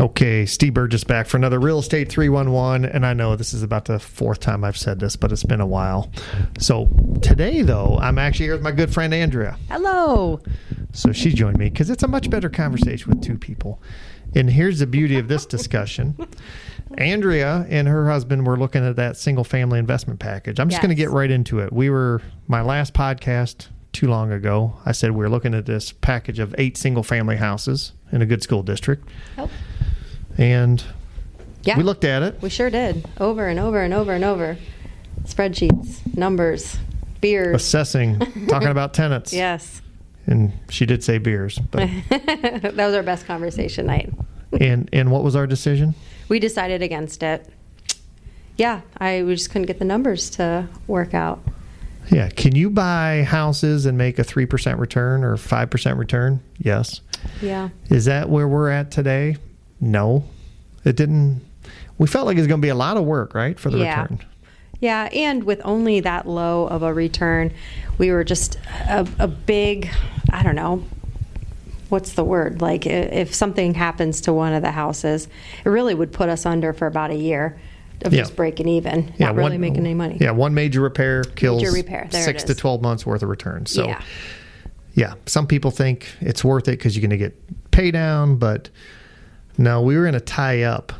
Okay, Steve Burgess back for another Real Estate 311. And I know this is about the fourth time I've said this, but it's been a while. So today, though, I'm actually here with my good friend Andrea. Hello. So she joined me because it's a much better conversation with two people. And here's the beauty of this discussion Andrea and her husband were looking at that single family investment package. I'm just going to Yes. get right into it. We were, my last podcast too long ago, I said we were looking at this package of eight single family houses in a good school district. Oh, And yeah. we looked at it. We sure did. Over and over and over and over. Spreadsheets, numbers, beers. assessing, talking about tenants. Yes. And she did say beers. But, that was our best conversation night. and and what was our decision? We decided against it. Yeah, I we just couldn't get the numbers to work out. Yeah. Can you buy houses and make a 3% return or 5% return? Yes. Yeah. Is that where we're at today? No. It didn't. We felt like it was going to be a lot of work, right, for the Yeah. return. Yeah, and with only that low of a return, we were just a, a big, I don't know, what's the word? Like, i- if something happens to one of the houses, it really would put us under for about a year of Yeah. just breaking even, not really making any money. Yeah, one major repair kills repair, there six it to is. 12 months worth of return. So, Yeah. yeah, some people think it's worth it because you're going to get pay down, but no, we were going to tie up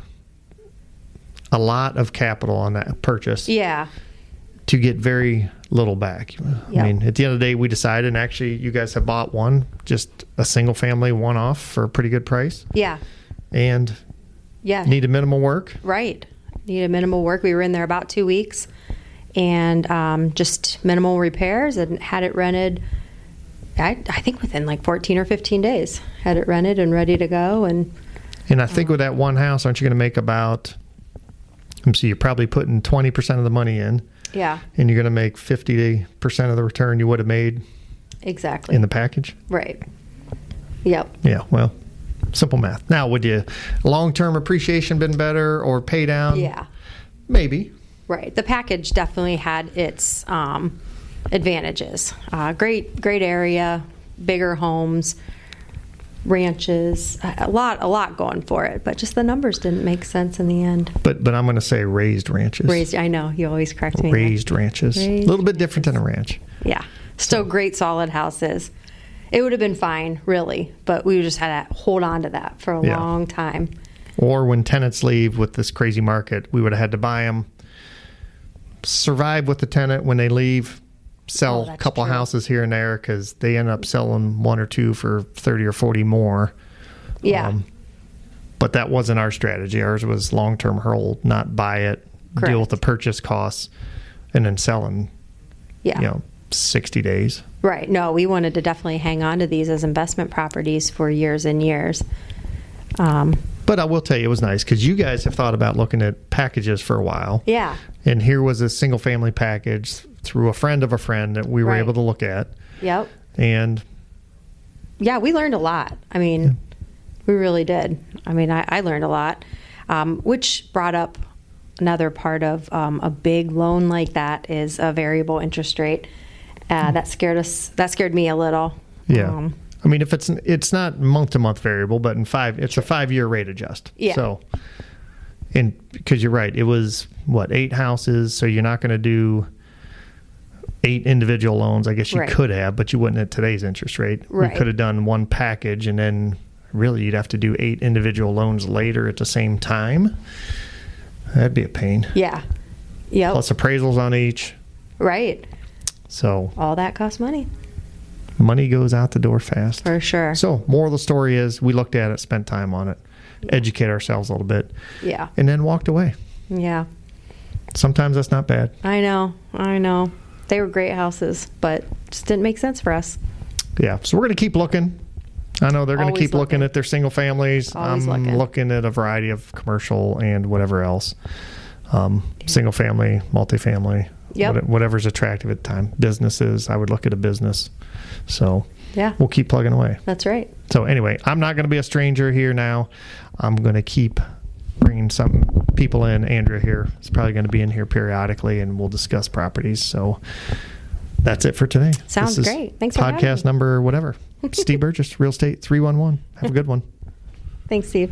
a lot of capital on that purchase Yeah. to get very little back. Yeah. I mean, at the end of the day, we decided, and actually, you guys have bought one, just a single family one off for a pretty good price Yeah. and Yeah. needed minimal work. Right. Needed minimal work. We were in there about two weeks and um, just minimal repairs and had it rented. I, I think within like 14 or 15 days, had it rented and ready to go. And And I think with that one house, aren't you going to make about, let me see, you're probably putting 20% of the money in, yeah, and you're going to make 50% of the return you would have made exactly. in the package? right. Yep. Yeah, well, simple math. Now, would you long term appreciation been better or pay down? yeah. Maybe. Right. The package definitely had its um, advantages. Uh, great, great area, bigger homes, ranches, a a lot, a lot going for it. But just the numbers didn't make sense in the end. But but I'm going to say raised ranches. Raised, I know you always correct me. Raised ranches. Raised a little bit different than a ranch. Yeah. Still great, solid houses. It would have been fine, really, but we just had to hold on to that for a Yeah. long time. Or when tenants leave with this crazy market, we would have had to buy them, survive with the tenant when they leave, Oh, sell a that's couple true. houses here and there because they end up selling one or two for 30 or 40 more. Yeah. Um, but that wasn't our strategy. Ours was long term hold, not buy it, deal with Correct. the purchase costs, and then sell in yeah. you know sixty days. Right. No, we wanted to definitely hang on to these as investment properties for years and years. Um, But I will tell you, it was nice because you guys have thought about looking at packages for a while. yeah. And here was a single family package through a friend of a friend that we were Right. able to look at, Yep. and Yeah, we learned a lot. I mean, we really did. I mean, I, I learned a lot, um, which brought up another part of um, a big loan like that is a variable interest rate. Uh, that scared us. That scared me a little. Hmm. yeah. Um, I mean, if it's it's not month to month variable, but in five, it's a five year rate adjust. Yeah. So, and because you're right, it was what eight houses, so you're not going to do eight individual loans. I guess you Right. could have, but you wouldn't at today's interest rate. Right. We could have done one package, and then really you'd have to do eight individual loans later at the same time. That'd be a pain. yeah. Yep. Plus appraisals on each. Right. So All that costs money money goes out the door fast. for sure. So, moral of the story is we looked at it, spent time on it, educate ourselves a little bit, yeah. and then walked away. Yeah. Sometimes that's not bad. I know, I know. They were great houses, but just didn't make sense for us. Yeah. So, we're going to keep looking. I know they're going to Always keep looking. looking. at their single families. Always I'm looking. at a variety of commercial and whatever else um, single family, multifamily, Yep. what- whatever's attractive at the time. Businesses, I would look at a business. So, Yeah, we'll keep plugging away. that's right. So anyway, I'm not going to be a stranger here now. I'm going to keep bringing some people in. Andrea here is probably going to be in here periodically, and we'll discuss properties. So that's it for today. Sounds This is great. Thanks for having Podcast me. number whatever. Steve Burgess, Real Estate 311. Have a good one. Thanks, Steve.